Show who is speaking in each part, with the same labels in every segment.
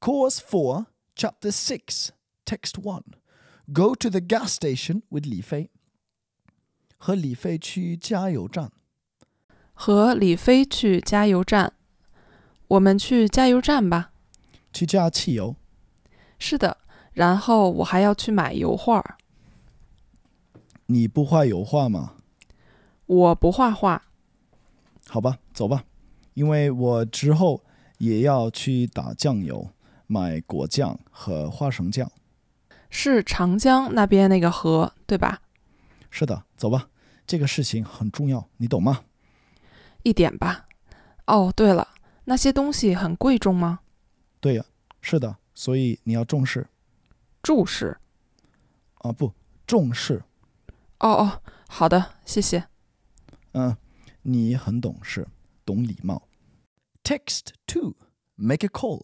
Speaker 1: Course 4, Chapter 6, Text 1. Go to the gas station with Li Fei. 和李飞去加油站。
Speaker 2: 和李飞去加油站。我们去加油站吧。
Speaker 1: 去加汽油。
Speaker 2: 是的，然后我还要去买油画儿。
Speaker 1: 你不画油画吗？
Speaker 2: 我不画画，
Speaker 1: 好吧，走吧，因为我之后也要去打酱油，买果酱和花生酱。
Speaker 2: 是长江那边那个河，对吧？
Speaker 1: 是的，走吧，这个事情很重要，你懂吗？
Speaker 2: 一点吧。哦，对了，那些东西很贵重吗？
Speaker 1: 对呀、是的，所以你要重视
Speaker 2: 注释。
Speaker 1: 啊，不重视。
Speaker 2: 哦哦，好的，谢谢。
Speaker 1: 嗯，你很懂事，懂礼貌。Text two, make a call，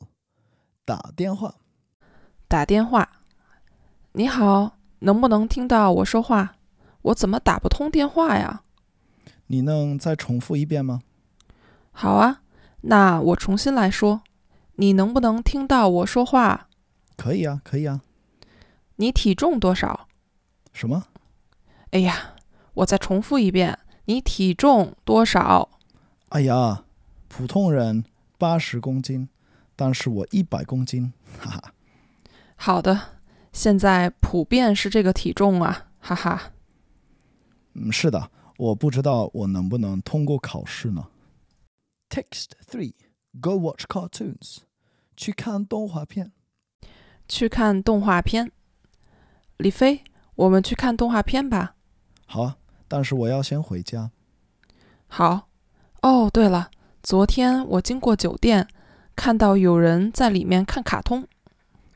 Speaker 1: 打电话。
Speaker 2: 打电话。你好，能不能听到我说话？我怎么打不通电话呀？
Speaker 1: 你能再重复一遍吗？
Speaker 2: 好啊，那我重新来说。你能不能听到我说话？
Speaker 1: 可以啊，可以啊。
Speaker 2: 你体重多少？
Speaker 1: 什么？
Speaker 2: 哎呀，我再重复一遍，你体重多少？
Speaker 1: 哎呀，普通人八十公斤，但是我一百公斤，哈哈。
Speaker 2: 好的，现在普遍是这个体重啊，哈哈。
Speaker 1: 嗯，是的，我不知道我能不能通过考试呢。Text three, go watch cartoons，去看动画片。
Speaker 2: 去看动画片。李飞，我们去看动画片吧。
Speaker 1: 好啊，但是我要先回家。
Speaker 2: 好。哦，对了，昨天我经过酒店，看到有人在里面看卡通，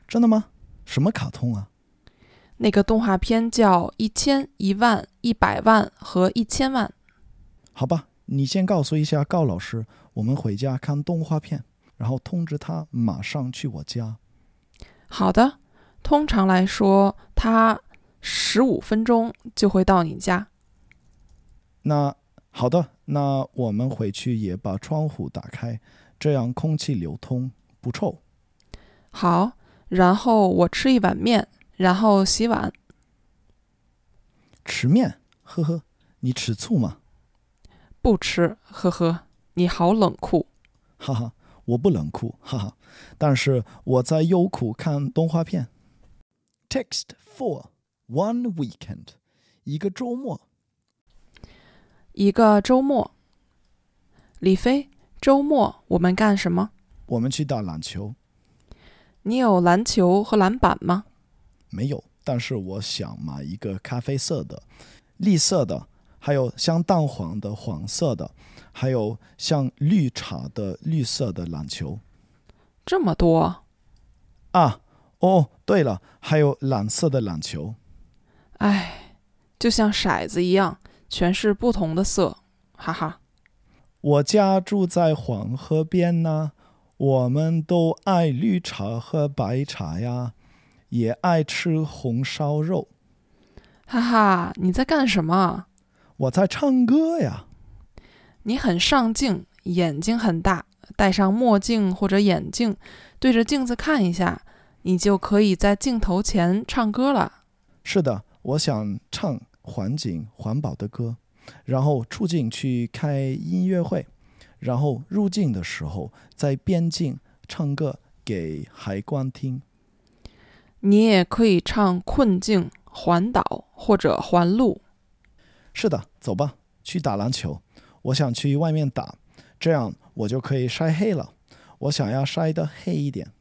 Speaker 1: 真的吗？什么卡通啊？
Speaker 2: 那个动画片叫《一千、一万、一百万和一千万》。
Speaker 1: 好吧，你先告诉一下高老师，我们回家看动画片，然后通知他马上去我家。
Speaker 2: 好的，通常来说，它十五分钟就会到你家。
Speaker 1: 那好的，那我们回去也把窗户打开，这样空气流通，不臭。
Speaker 2: 好，然后我吃一碗面，然后洗碗。
Speaker 1: 吃面，呵呵，你吃醋吗？
Speaker 2: 不吃，呵呵，你好冷酷。
Speaker 1: 哈哈，我不冷酷，哈哈，但是我在优酷看动画片。Text four one weekend，一个周末。
Speaker 2: 一个周末，李飞，周末我们干什么？
Speaker 1: 我们去打篮球，
Speaker 2: 你有篮球和篮板吗？
Speaker 1: 没有，但是我想买一个咖啡色的、栗色的，还有像蛋黄的黄色的，还有像绿茶的绿色的篮球
Speaker 2: 这么多
Speaker 1: 啊。哦，对了，还有蓝色的篮球。
Speaker 2: 唉，就像骰子一样，全是不同的色，哈哈。
Speaker 1: 我家住在黄河边呐、我们都爱绿茶和白茶呀，也爱吃红烧肉。
Speaker 2: 哈哈，你在干什么？啊
Speaker 1: 我在唱歌呀，
Speaker 2: 你很上镜，眼睛很大，戴上墨镜或者眼镜，对着镜子看一下，你就可以在镜头前唱歌了。
Speaker 1: 是的，我想唱环境环保的歌，然后出境去开音乐会，然后入境的时候在边境唱歌给海关听。
Speaker 2: 你也可以唱《困境》《环岛》或者《环路》。
Speaker 1: 是的，走吧，去打篮球。我想去外面打，这样我就可以晒黑了。我想要晒得黑一点。